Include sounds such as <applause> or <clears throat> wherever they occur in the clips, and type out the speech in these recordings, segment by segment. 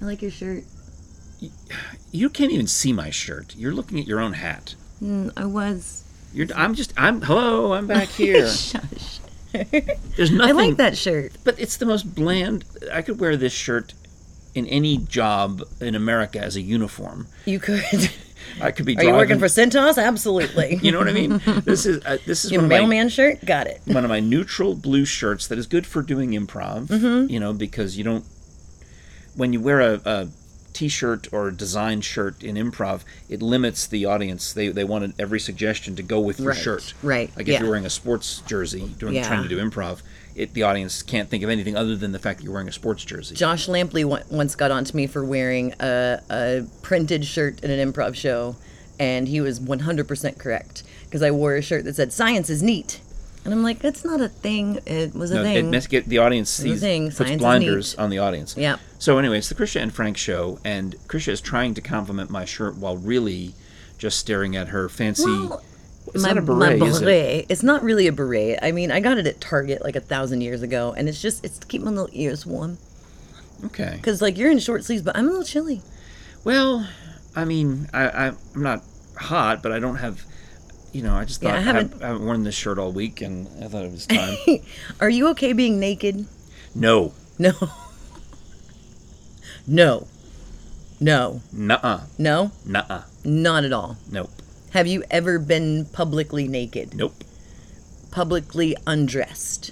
I like your shirt. You can't even see my shirt. You're looking at your own hat. Mm, I <laughs> was. You're, I'm just. I'm. Hello. I'm back here. Shush. There's I nothing. like that shirt. But it's the most bland. I could wear this shirt in any job in America as a uniform. You could. <laughs> I could be. Are Driving, you working for Centos? <laughs> Absolutely. You know what I mean? This is uh, this is Your one of my- mailman shirt? Got it. one of my neutral blue shirts that is good for doing improv. Mm-hmm. You know, because you don't when you wear a, a t-shirt or a design shirt in improv, it limits the audience. They they wanted every suggestion to go with your Right, shirt. right, Like yeah. if you're wearing a sports jersey doing Yeah. trying to do improv, it the audience can't think of anything other than the fact that you're wearing a sports jersey. Josh Lampley on- once got onto me for wearing a, a printed shirt in an improv show, and he was 100% correct because I wore a shirt that said "Science is neat." And I'm like, that's not a thing. It was a No, it thing. must get the audience sees thing, puts science is blinders neat. on the audience. Yep. So anyway, it's the Krisha and Frank show, and Krisha is trying to compliment my shirt while really just staring at her fancy. Well, it's my- not a my beret, is it? Beret. It's not really a beret. I mean, I got it at Target like a thousand years ago, and it's just it's to keep my little ears warm Okay. because like you're in short sleeves, but I'm a little chilly. Well, I mean, I, I I'm not hot, but I don't have. You know, I just thought Yeah, I I, haven't- haven't, I haven't worn this shirt all week, and I thought it was time. <laughs> Are you okay being naked? no, No. <laughs> no. No. nuh-uh, No. nuh-uh, Not at all. nope, Have you ever been publicly naked? nope, Publicly undressed?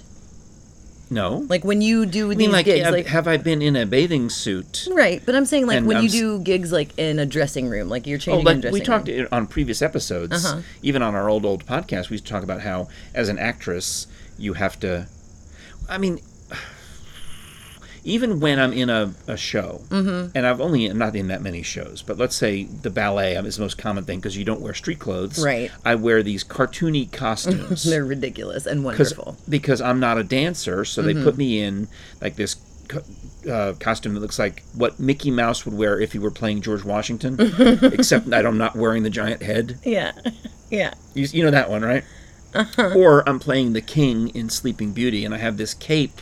no. Like when you do I these mean, like, gigs, have, like have I been in a bathing suit? right? But I'm saying like And when I'm you s- do gigs like in a dressing room, like you're Oh, changing in a like dressing we talked room. <laughs> i- on previous episodes, Uh-huh. even on our old old podcast, we used to talk about how, as an actress, you have to. I mean, even when I'm in a, a show, Mm-hmm. and I've only I'm not in that many shows, but let's say the ballet is the most common thing because you don't wear street clothes. Right. I wear these cartoony <laughs> costumes. They're ridiculous and because wonderful. Mm-hmm. because I'm not a dancer, so they put me in like this co- uh, costume that looks like what Mickey Mouse would wear if he were playing <laughs> George Washington, except that I'm not wearing the giant head. Yeah, <laughs> yeah. You, you know that one, right? Uh-huh. Or I'm playing the king in Sleeping Beauty, and I have this cape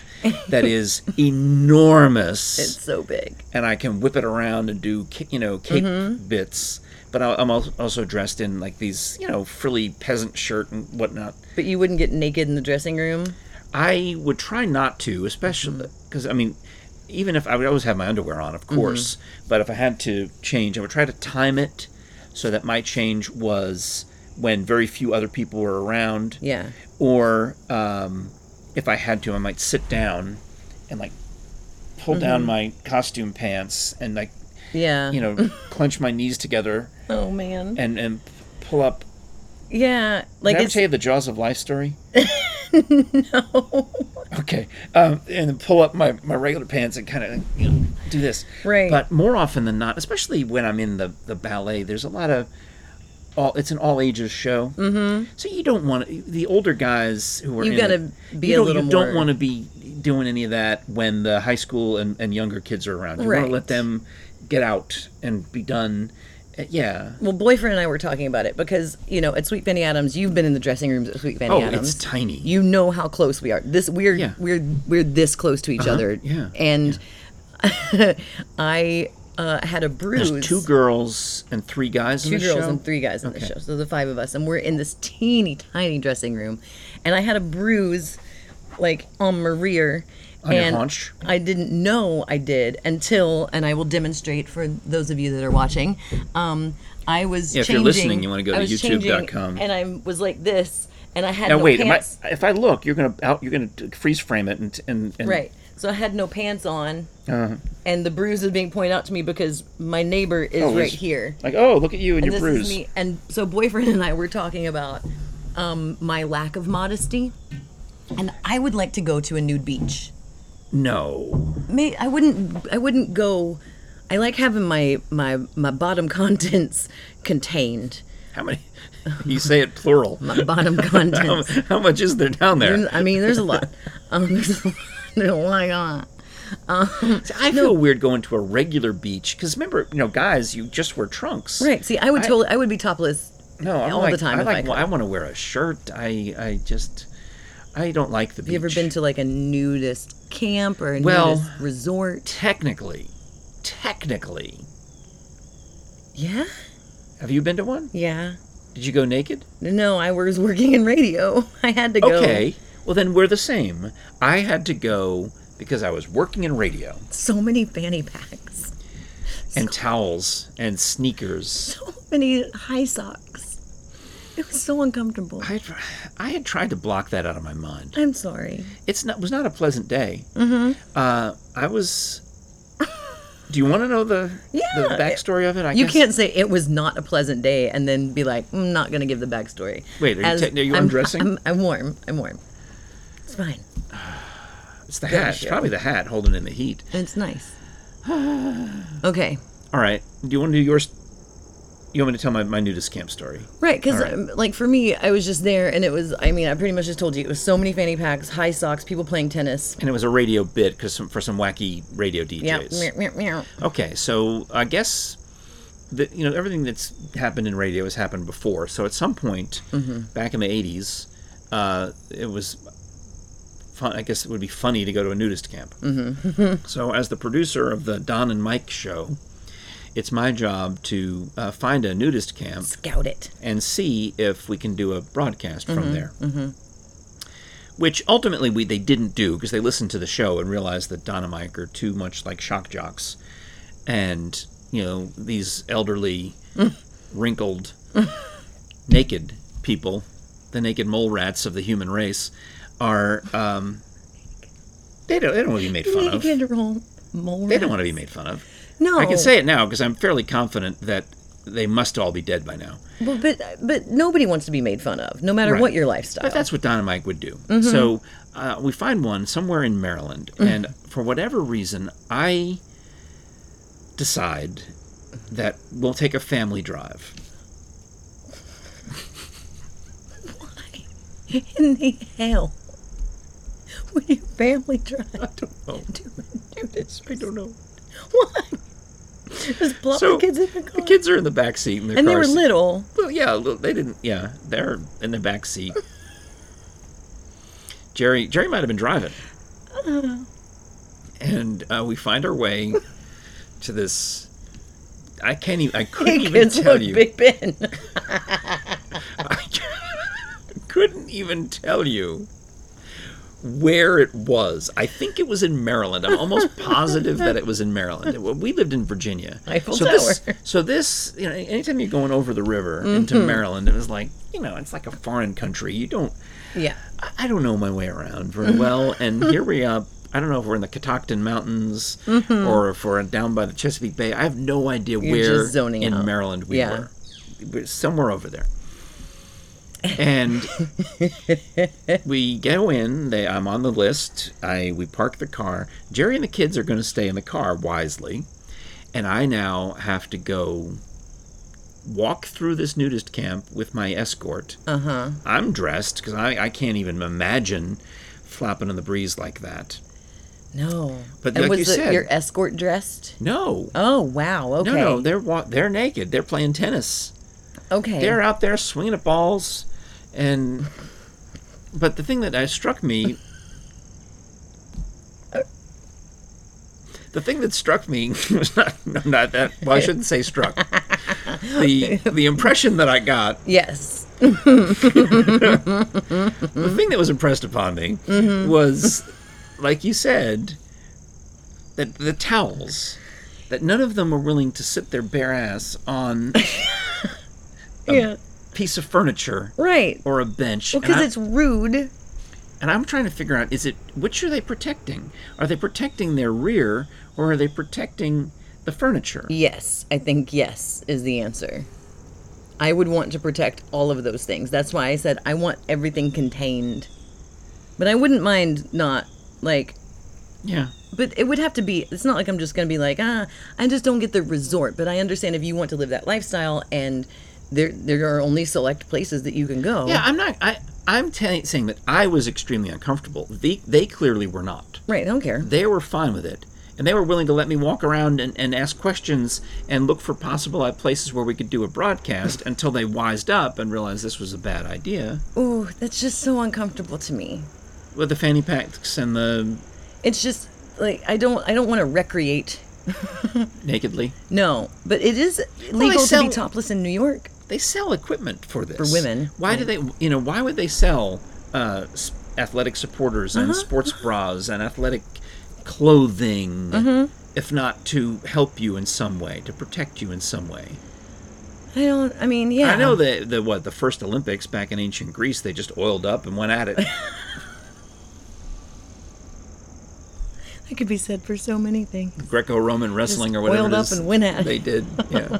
<laughs> that is enormous, It's so big. and I can whip it around and do ca- you know cape Mm-hmm. bits. But I- I'm al- also dressed in like these you know frilly peasant shirt and whatnot. But you wouldn't get naked in the dressing room. I would try not to, especially because I mean, even if I would always have my underwear on, of course, but if I had to change, I would try to time it so that my change was when very few other people were around. Yeah. Or um, if I had to, I might sit down and like pull down my costume pants and like Yeah. you know clench my knees together Oh man. and and pull up. Yeah. Like Like Did I ever it's tell you the Jaws of Life story? <laughs> no. Okay, um, and then pull up my, my regular pants and kind of you know, do this. Right. But more often than not, especially when I'm in the, the ballet, there's a lot of all. It's an all ages show, mm-hmm. so you don't want to, the older guys who are You in gotta it, be you a don't, little you more- don't want to be doing any of that when the high school and, and younger kids are around. You want Right. to let them get out and be done. Uh, yeah. well, boyfriend and I were talking about it because you know at Sweet Fanny Adams, you've been in the dressing rooms at Sweet Fanny Oh, Adams. it's tiny. you know how close we are. This we're Yeah. Uh-huh. we're we're this close to each other. yeah, And <laughs> I uh, had a bruise. There's two girls and three guys in two the girls show. and three guys in the show. So the five of us, and we're in this teeny tiny dressing room, and I had a bruise, like on my rear. On your and haunch? I didn't know I did until, and I will demonstrate for those of you that are watching. Um, I was Yeah, if you're changing- listening, you wanna go I to was youtube.com. changing, and I was like this, and I had Now no wait, am I, pants. if I look, you're gonna out, you're gonna t- freeze frame it and and, and Right. So I had no pants on, Uh-huh. and the bruise is being pointed out to me because my neighbor is Oh, right it's- here. Like oh, look at you and, And your this is bruise. me. And so boyfriend and I were talking about um, my lack of modesty, and I would like to go to a nude beach. No, May I wouldn't. I wouldn't go. I like having my my my bottom <laughs> contents contained. how many? You say <laughs> it plural. My <laughs> bottom How, contents. how much is there down there? I mean, there's a lot. Um, <laughs> there's a lot. Oh There's a lot. on. See, I feel weird going to a regular beach because remember, you know, guys, you just wear trunks. Right. See, I would totally. I would be topless. No, I all like, the time I if I like. could. I, want to wear a shirt. I I just I don't like the beach. You ever been to like a nudist camp or a Well, nudist resort? Technically, technically. Yeah? Have you been to one? Yeah. Did you go naked? No, I was working in radio. <laughs> I had to go. Okay. Well, then we're the same. I had to go because I was working in radio So many fanny packs. <laughs> and towels and sneakers. So many high socks. It was so uncomfortable. I had, I had tried to block that out of my mind. I'm sorry. It's not was not a pleasant day. Mm-hmm. Uh, I was. <laughs> Do you want to know the, the Yeah. backstory of it? I You guess- can't say it was not a pleasant day and then be like, I'm not going to give the backstory. Wait, are you techni- are you I'm- undressing? I'm, I'm warm. I'm warm. It's fine. It's the hat. It's show. probably the hat holding in the heat. It's <sighs> nice. Okay. All right. Do you want to do yours? You want me to tell my, my nudist camp story? Right, because All like for me, I was just there, and it was. I mean, I pretty much just told you it was so many fanny packs, high socks, people playing tennis. And it was a radio bit because some, for some wacky radio DJs. Yeah, meow, meow, meow. Okay, so I guess that you know everything that's happened in radio has happened before. So at some point back in the '80s, uh, it was fun. I guess it would be funny to go to a nudist camp. Mm-hmm. so as the producer of the Don and Mike show, it's my job to uh, find a nudist camp scout it. and see if we can do a broadcast from there. Which ultimately we they didn't do because they listened to the show and realized that Don and Mike are too much like shock jocks, and you know these elderly, wrinkled, naked people, the naked mole rats of the human race, are um, they don't they don't want to be made fun of. Naked roll more. They don't want to be made fun of. No. I can say it now because I'm fairly confident that they must all be dead by now. But but, but nobody wants to be made fun of, no matter Right. what your lifestyle. But that's what Don and Mike would do. So uh, we find one somewhere in Maryland, and for whatever reason, I decide that we'll take a family drive. In the hell. Would your family drive? don't know. Do this. I don't know. Why? Just plop So the kids in the car. the kids are in the back seat, in their and they car were seat. little. Well, yeah, li- they didn't. Yeah, they're in the back seat. Jerry, Jerry might have been driving, and uh, we find our way to this. I can't even. I couldn't even Kids tell with you. Big Ben. <laughs> I couldn't even tell you where it was. I think it was in Maryland. I'm almost positive that it was in Maryland. We lived in Virginia. Eiffel so This, Tower. so this, you know, anytime you're going over the river into Mm-hmm. Maryland, it was like, you know, it's like a foreign country. You don't, yeah. I- I don't know my way around Mm-hmm. very well. <laughs> And here we are. I don't know if we're in the Catoctin Mountains or if we're down by the Chesapeake Bay. I have no idea Mm-hmm. You're where just zoning in out. Maryland we Yeah. were. We're somewhere over there. <laughs> And we go in. They, I'm on the list. I we park the car. Jerry and the kids are going to stay in the car wisely, and I now have to go walk through this nudist camp with my escort. Uh Uh-huh. huh. I'm dressed because I, I can't even imagine flapping in the breeze like that. No. But and like was you the, said- your escort dressed? No. Oh wow. Okay. No, no, they're wa- they're naked. They're playing tennis. okay. They're out there swinging at balls, and but the thing that uh, struck me, <laughs> the thing that struck me <laughs> was not no, not that. Well, I shouldn't say struck. the The impression that I got, yes. the thing that was impressed upon me, was like you said, that the towels, that none of them were willing to sit their bare ass on Yeah. a piece of furniture. Right. Or a bench. and Because I- it's rude. And I'm trying to figure out is it which are they protecting? Are they protecting their rear or are they protecting the furniture? Yes. I think yes is the answer. I would want to protect all of those things. That's why I said I want everything contained. But I wouldn't mind not like Yeah. But it would have to be. It's not like I'm just going to be like, ah, I just don't get the resort. But I understand if you want to live that lifestyle, and there there are only select places that you can go. Yeah, I'm not I I'm t- saying that I was extremely uncomfortable. They they clearly were not. Right. I don't care. They were fine with it. And they were willing to let me walk around and, and ask questions and look for possible uh, places where we could do a broadcast until they wised up and realized this was a bad idea. Ooh, that's just so uncomfortable to me. With the fanny packs and the It's just like I don't I don't want to recreate nakedly. No, but it is legal to sell- be topless in New York. They sell equipment for this For women, Why do they? You know, why would they sell uh, s- athletic supporters Uh-huh. and sports bras and athletic clothing Mm-hmm. if not to help you in some way, to protect you in some way? I don't. I mean, yeah. I know that the what the first Olympics back in ancient Greece they just oiled up and went at <laughs> it. That could be said for so many things. Greco-Roman wrestling or whatever. oiled it up is and went at it. They did, <laughs> yeah.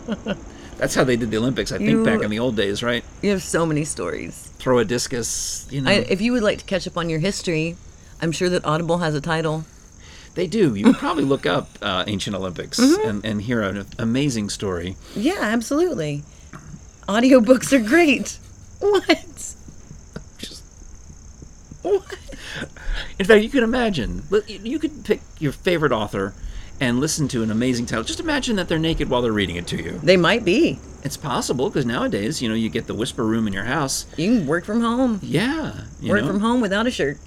That's how they did the Olympics, I think, You- back in the old days, right? You have so many stories. Throw a discus, you know. I, if you would like to catch up on your history, I'm sure that Audible has a title. they do. You can probably look up uh, ancient Olympics Mm-hmm. and, and hear an amazing story. Yeah, absolutely. Audiobooks are great. What? What? In fact, you could imagine. li- You could pick your favorite author and listen to an amazing title. Just imagine that they're naked while they're reading it to you. They might be. It's possible because nowadays, you know, you get the whisper room in your house. You can work from home. Yeah, you work know, from home without a <laughs> shirt.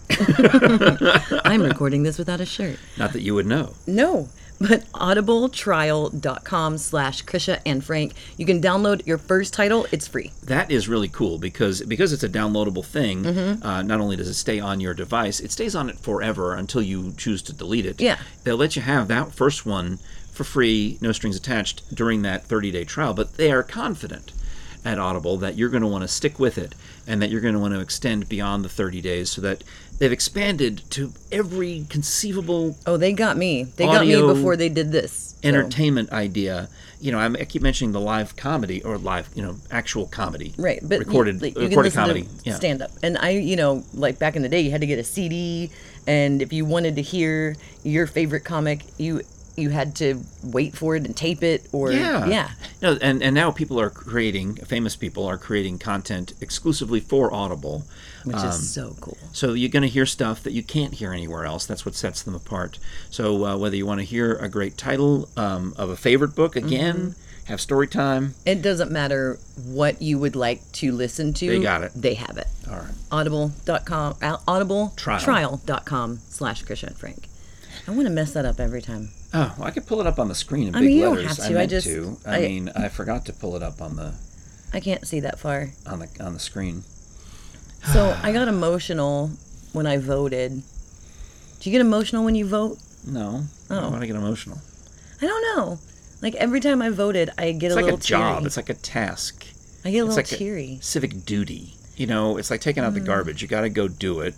I'm recording this without a shirt. not that you would know. No, but audibletrial.com slash Krisha and Frank. You can download your first title. It's free. that is really cool because because it's a downloadable thing. Mm-hmm. Uh, not only does it stay on your device, it stays on it forever until you choose to delete it. Yeah. they'll let you have that first one for free, no strings attached, during that 30-day trial. But they are confident at Audible that you're going to want to stick with it and that you're going to want to extend beyond the 30 days, so that they've expanded to every conceivable Oh, they got me. They got Audio- me before they did this. so. entertainment idea. You know, I'm, I keep mentioning the live comedy or live, you know, actual comedy. Right, but recorded, like, recorded comedy. yeah. stand up. And I, you know, like back in the day, you had to get a CD, and if you wanted to hear your favorite comic, you you had to wait for it and tape it, or Yeah. yeah. No, and, and now people are creating, famous people are creating content exclusively for Audible. which is so cool. So you're going to hear stuff that you can't hear anywhere else. That's what sets them apart. So uh, whether you want to hear a great title um, of a favorite book again, Mm-hmm. have story time. It doesn't matter what you would like to listen to. They got it. They have it. All right. Audible.com, au- audible Trial. trial.com slash Christian Frank. I want to mess that up every time. Oh, well, I could pull it up on the screen in I big mean, you don't letters. have I to. I meant just- to. I, I- mean, I forgot to pull it up on the I can't see that far. on the on the screen. So I got emotional when I voted. Do you get emotional when you vote? No. I Oh. don't want to get emotional. I don't know. Like every time I voted, I get a It's like little a job. teary. It's like a task. I get a little it's Mm. like a- teary. Civic duty. You know, it's like taking out the garbage. You got to go do it.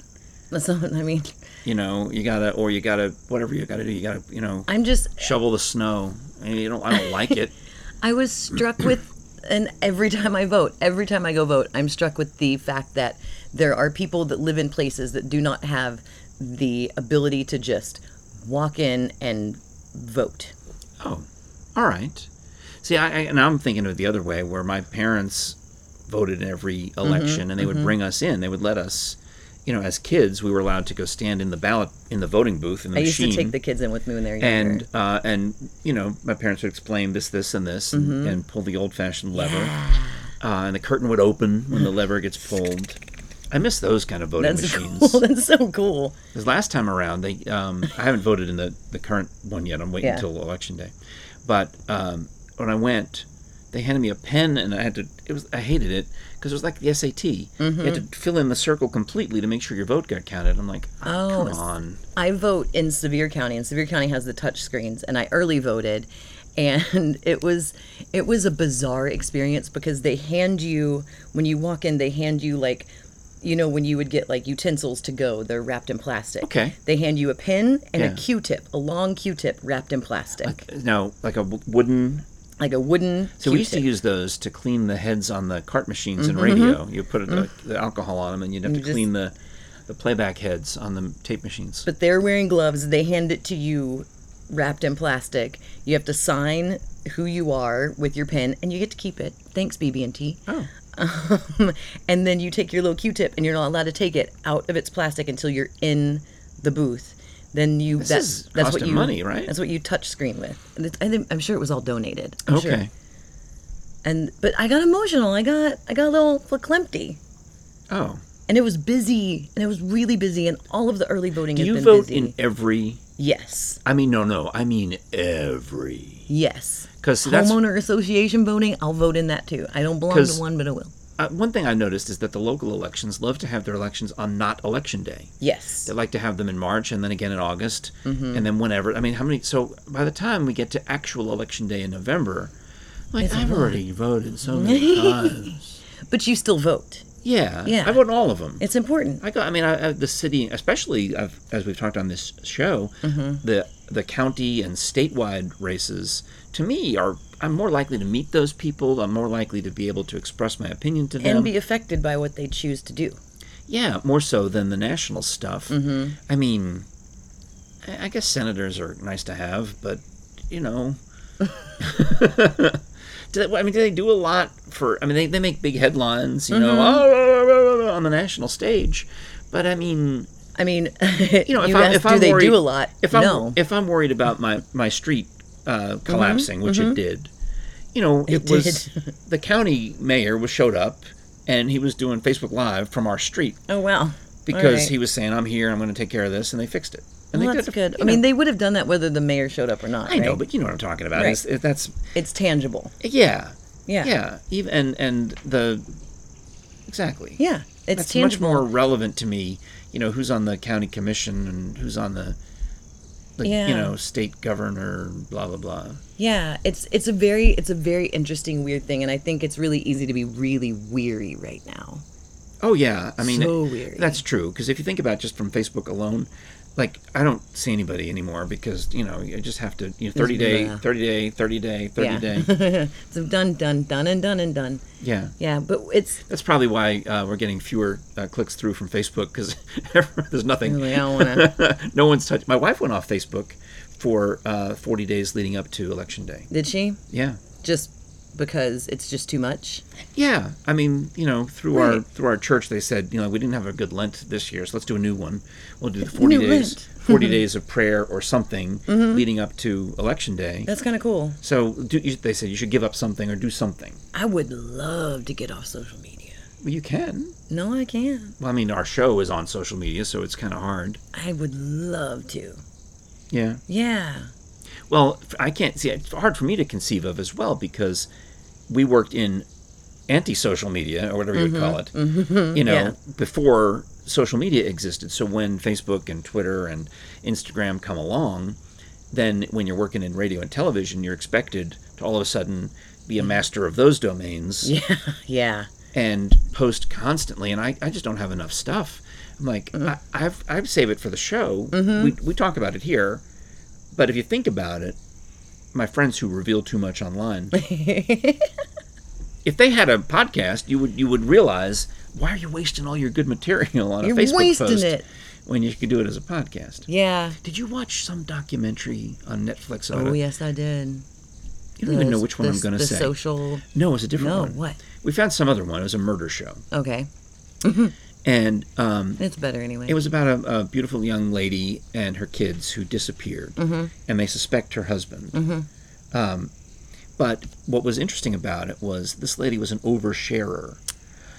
That's not what I mean. you know you gotta or you gotta whatever you gotta do you gotta you know I'm just. shovel the snow and you don't i don't <laughs> like it I was struck <clears throat> with, and every time I vote, every time I go vote, I'm struck with the fact that there are people that live in places that do not have the ability to just walk in and vote. oh all right see I, I and i'm thinking of it the other way where my parents voted in every Mm-hmm, election and they would bring us in they would let us you know as kids we were allowed to go stand in the ballot in the voting booth in the I used machine to take the kids in with me when they were younger. and uh, and you know my parents would explain this this and this and, Mm-hmm. and pull the old fashioned lever uh, and the curtain would open when <laughs> the lever gets pulled i miss those kind of voting that's <laughs> machines cool. That's so cool. Because last time around, they um, I haven't voted in the, the current one yet. I'm waiting Yeah. until election day. But um, when I went, they handed me a pen, and I had to. It was I hated it because it was like the SAT. You Mm-hmm. had to fill in the circle completely to make sure your vote got counted. I'm like, oh, Oh, come on. I vote in Sevier County, and Sevier County has the touch screens, and I early voted, and <laughs> it was it was a bizarre experience because they hand you when you walk in, they hand you like you know when you would get like utensils to go they're wrapped in plastic Okay. they hand you a pin and Yeah. a q-tip a long q-tip wrapped in plastic like, Now, like a w- wooden. a wooden So q-tip. we used to use those to clean the heads on the cart machines Mm-hmm, in radio. You put it, like, the alcohol on them, and you'd have to just- clean the the playback heads on the tape machines. but they're wearing gloves. They hand it to you wrapped in plastic. You have to sign who you are with your pen, and you get to keep it. Thanks, BB&T. Oh. Um, <laughs> and then you take your little Q-tip, and you're not allowed to take it out of its plastic until you're in the booth. Then you This that's is that's what costing you money, right? That's what you touch screen with. And it's, I think, I'm sure it was all donated. I'm okay. Sure. And but I got emotional. I got I got a little flicklimpty. Oh. And it was busy, and it was really busy, and all of the early voting Do has you been vote busy. in every Yes. I mean, no, no. I mean every. Yes. Because that's Homeowner association voting, I'll vote in that too. I don't belong 'Cause- to one, but I will. uh, one thing I noticed is that the local elections love to have their elections on not election day. Yes. They like to have them in March and then again in August Mm-hmm. and then whenever. I mean, how many? So by the time we get to actual election day in November, like I've already voted so <laughs> many times. But you still vote. Yeah, Yeah. I vote in all of them. It's important. I go. I mean, I, I, the city, especially I've, as we've talked on this show, Mm-hmm. the the county and statewide races to me are. I'm more likely to meet those people. I'm more likely to be able to express my opinion to them. And be affected by what they choose to do. Yeah, more so than the national stuff. Mm-hmm. I mean, I I guess senators are nice to have, but <laughs> you know, <laughs> do they, I mean, do they do a lot for? I mean, they, they make big headlines, you know, Mm-hmm. "Oh, blah, blah, blah, blah," on the national stage. But I mean, I mean, <laughs> you you know, know, if I'm, ask, if do I'm they worried, do a lot? if I'm no. Mm-hmm. if I'm worried about my my street uh, collapsing, which it did, you know, it, It was <laughs> the county mayor was showed up and he was doing Facebook Live from our street oh wow. because Alright. he was saying, "I'm here. I'm going to take care of this," and they fixed it. And Well, they that's did- good. you I mean, know, they would have done that whether the mayor showed up or not. I know, right? but you know what I'm talking about. Right. It's, it, that's it's tangible. yeah, Yeah. yeah. Even and and the exactly. Yeah. It's that's much tangible. more relevant to me. You know, who's on the county commission and who's on the, the you Yeah. know state governor. Blah blah blah. Yeah, it's it's a very it's a very interesting weird thing, and I think it's really easy to be really weary right now. Oh yeah, I mean So weary. that's true because if you think about it just from Facebook alone, like I don't see anybody anymore because you know you just have to you know thirty day, blah. thirty day, thirty day, thirty day. <laughs> yeah. it's done, done, done, and done, and done. Yeah. Yeah, but it's That's probably why uh, we're getting fewer uh, clicks through from Facebook because <laughs> there's nothing. really I don't want to. <laughs> no one's touched. My wife went off Facebook for uh, 40 days leading up to election day. Did she? Yeah, Just because it's just too much. yeah. I mean, you know, through our Right. through our church, they said, you know, we didn't have a good Lent this year, so let's do a new one. We'll do the 40 New <laughs> days, Lent. Mm-hmm. 40 days of prayer or something leading up to election day. That's kind of cool. So do, you, they said you should give up something or do something. I would love to get off social media. Well, you can. No, I can't. Well, I mean, our show is on social media, so it's kind of hard. I would love to. Yeah. <laughs> Yeah. Well, f- I can't see. It's hard for me to conceive of as well because we worked in anti-social media or whatever you would call it. You know, yeah. before social media existed. So when Facebook and Twitter and Instagram come along, then when you're working in radio and television, you're expected to all of a sudden be a master of those domains Yeah. <laughs> Yeah. and post constantly. And I, I just don't have enough stuff. I'm like, Mm. I, I've, I've saved it for the show. Mm-hmm. We, we talk about it here. But if you think about it, my friends who reveal too much <laughs> online, if they had a podcast, you would you would realize why are you wasting all your good material on You're a Facebook wasting post it. when you could do it as a podcast? Yeah. Did you watch some documentary on Netflix? About Oh it? yes, I did. You don't even know which one I'm going to the say. social. no, it's a different No, one. what? We found some other one. It was a murder show, Okay, and um, it's better anyway. It was about a, a beautiful young lady and her kids who disappeared, and they suspect her husband. Um, but what was interesting about it was this lady was an oversharer,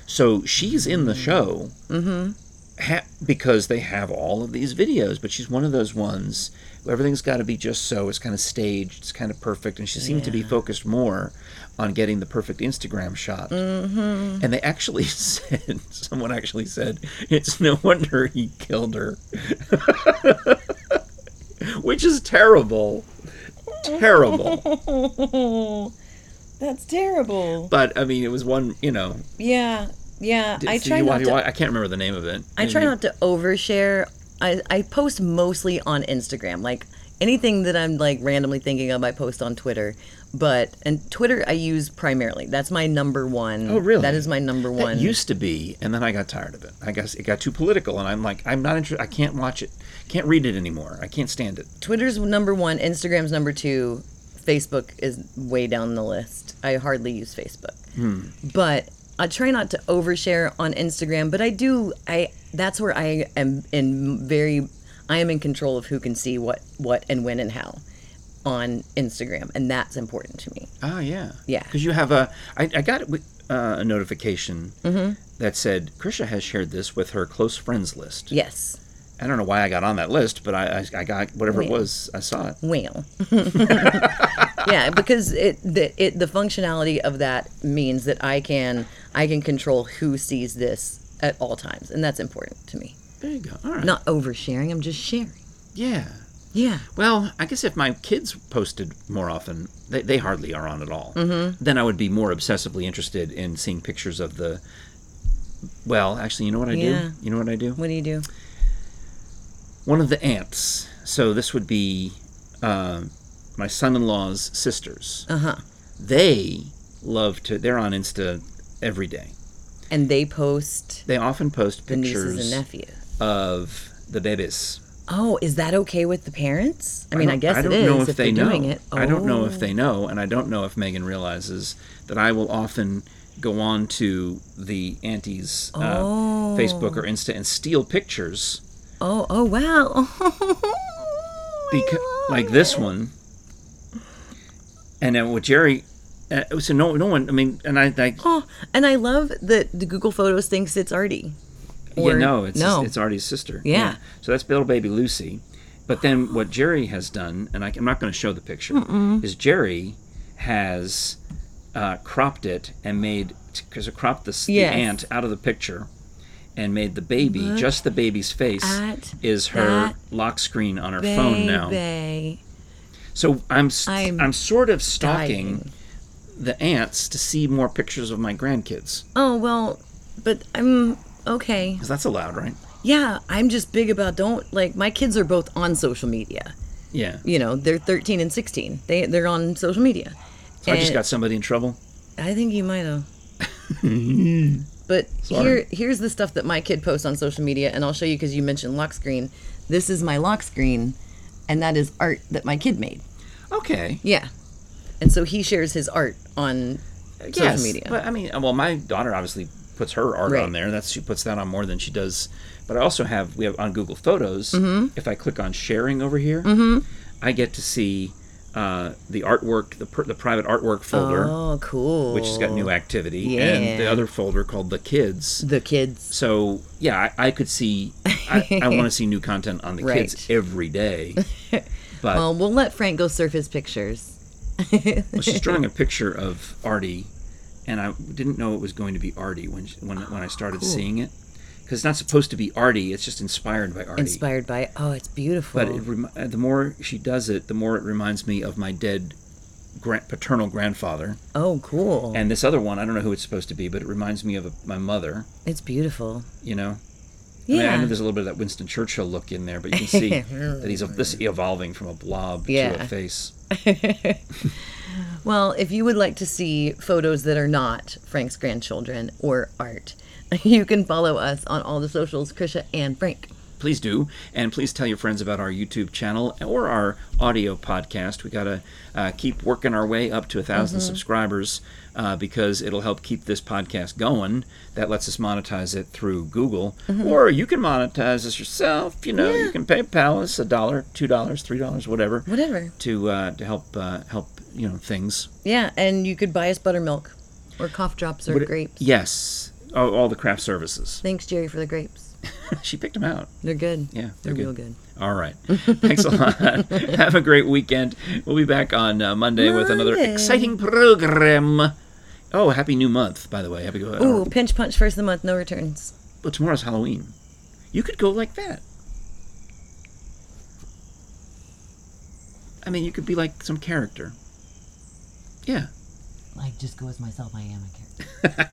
so she's in the show ha- because they have all of these videos. But she's one of those ones who everything's got to be just so. It's kind of staged. It's kind of perfect, and she seemed to be focused more on getting the perfect Instagram shot. And they actually <laughs> said, someone actually said, it's no wonder he killed her. <laughs> Which is terrible. Terrible. <laughs> That's terrible. But I mean, it was one, you know. Yeah, yeah. did- I did try you- not you- to. I can't remember the name of it. I try not to overshare. I I post mostly on Instagram. Like anything that I'm like randomly thinking of, I post on Twitter. But and Twitter I use primarily. That's my number one. Oh, really? That is my number That one. used to be, and then I got tired of it. I guess it got too political, and I'm like, I'm not interested. I can't watch it. Can't read it anymore. I can't stand it. Twitter's number one. Instagram's number two. Facebook is way down the list. I hardly use Facebook. But I try not to overshare on Instagram, but I do I that's where I am in very I am in control of who can see what what and when and how on Instagram and that's important to me. Oh yeah, Yeah. Because you have a, I, I got wi- uh, a Mm-hmm. notification that said Krisha has shared this with her close friends list. Yes. I don't know why I got on that list, but I, I, I got whatever it Well. was. I saw it. Well, <laughs> yeah, because it the it the functionality of that means that I can I can control who sees this at all times, and that's important to me. There you go. All right. Not oversharing. I'm just sharing. Yeah. Yeah. Well, I guess if my kids posted more often, they, they hardly are on at all. Mm-hmm. Then I would be more obsessively interested in seeing pictures of the. Well, actually, you know what I Yeah. do? You know what I do? What do you do? One of the aunts. So this would be uh, my son-in-law's sisters. Uh huh. They love to. They're on Insta every day. And they post They often post the nieces pictures and nephews. of the babies. Oh, is that okay with the parents? I mean, I, don't- guess I don't it is know if, if, they they're know. doing it. I don't know Oh. if they know, and I don't know if Megan realizes that I will often go on to the auntie's uh, Oh. Facebook or Insta and steal pictures, Oh, oh wow. <laughs> I beca- love like this it. one. And then with Jerry, uh, so no, no one. I mean, and I, I Oh, and I love that the Google Photos thinks it's Artie. yeah, Or- no, it's no. it's Artie's sister. Yeah. So that's little baby Lucy. But then what Jerry has done, and I, am not going to show the picture, is Jerry has uh, cropped it and made because it cropped the, s- the Yes. aunt out of the picture and made the baby just the baby's face at is her that lock screen on her phone now. Baby. So I'm s- I'm I'm sort of stalking dying. the aunts to see more pictures of my grandkids Oh well, but I'm okay. because that's allowed, right? Yeah, I'm just big about don't like my kids are both on social media. Yeah. You know, they're 13 and 16. They they're on social media. So I just And- got somebody in trouble. I think you might <laughs> have. but here, here's the stuff that my kid posts on social media, and I'll show you because you mentioned lock screen. This is my lock screen, and that is art that my kid made. Okay. Yeah, and so he shares his art on social yes, media. But I mean, well, my daughter obviously puts her art Right. on there. That's she puts that on more than she does. But I also have we have on Google Photos. Mm-hmm. If I click on sharing over here, I get to see uh, the artwork, the per, the private artwork folder, oh, cool. which has got new activity, and the Oh. Yeah. other folder called the kids. the kids. So yeah, I, I could see. I, <laughs> I want to see new content on the kids Right. every <laughs> day. But Well, we'll let Frank go surf his pictures. Well, she's drawing <laughs> a picture of Artie, and I didn't know it was going to be Artie when she, when, when I started seeing it, because it's not supposed to be Artie. It's just inspired by Artie. Inspired by oh, it's beautiful. but it remi- uh, the more she does it, the more it reminds me of my dead gran- paternal grandfather. oh, cool. And this other one, I don't know who it's supposed to be, but it reminds me of a, my mother. it's beautiful. You know. I, mean, I Yeah. know there's a little bit of that Winston Churchill look in there, but you <laughs> can see that he's ev- this evolving from a blob to Yeah. a face. Well, if you would like to see photos that are not Frank's grandchildren or art, <laughs> you can follow us on all the socials, Krisha and Frank. please do and please tell your friends about our youtube channel or our audio podcast we gotta uh, keep working our way up to a 1000 Mm-hmm. subscribers uh, because it'll help keep this podcast going that lets us monetize it through google Mm-hmm. or you can monetize this yourself you know you can paypal us a dollar two dollars three dollars whatever Whatever. to uh, to help uh, help you know things Yeah, and you could buy us buttermilk or cough drops or Would it- grapes. yes Oh, all the craft services <laughs> Thanks, Jerry, for the grapes. she picked them out They're good. Yeah, they're, they're real good. good. All right. Thanks a lot. <laughs> Have a great weekend. We'll be back on uh, Monday, with another Monday. exciting program. Oh, happy new month, by the way. Happy. Ooh, Ooh. pinch punch first of the month, no returns. Well, tomorrow's Halloween. You could go like that. I mean, you could be like some character. Yeah. Like, just go as myself, I am a character.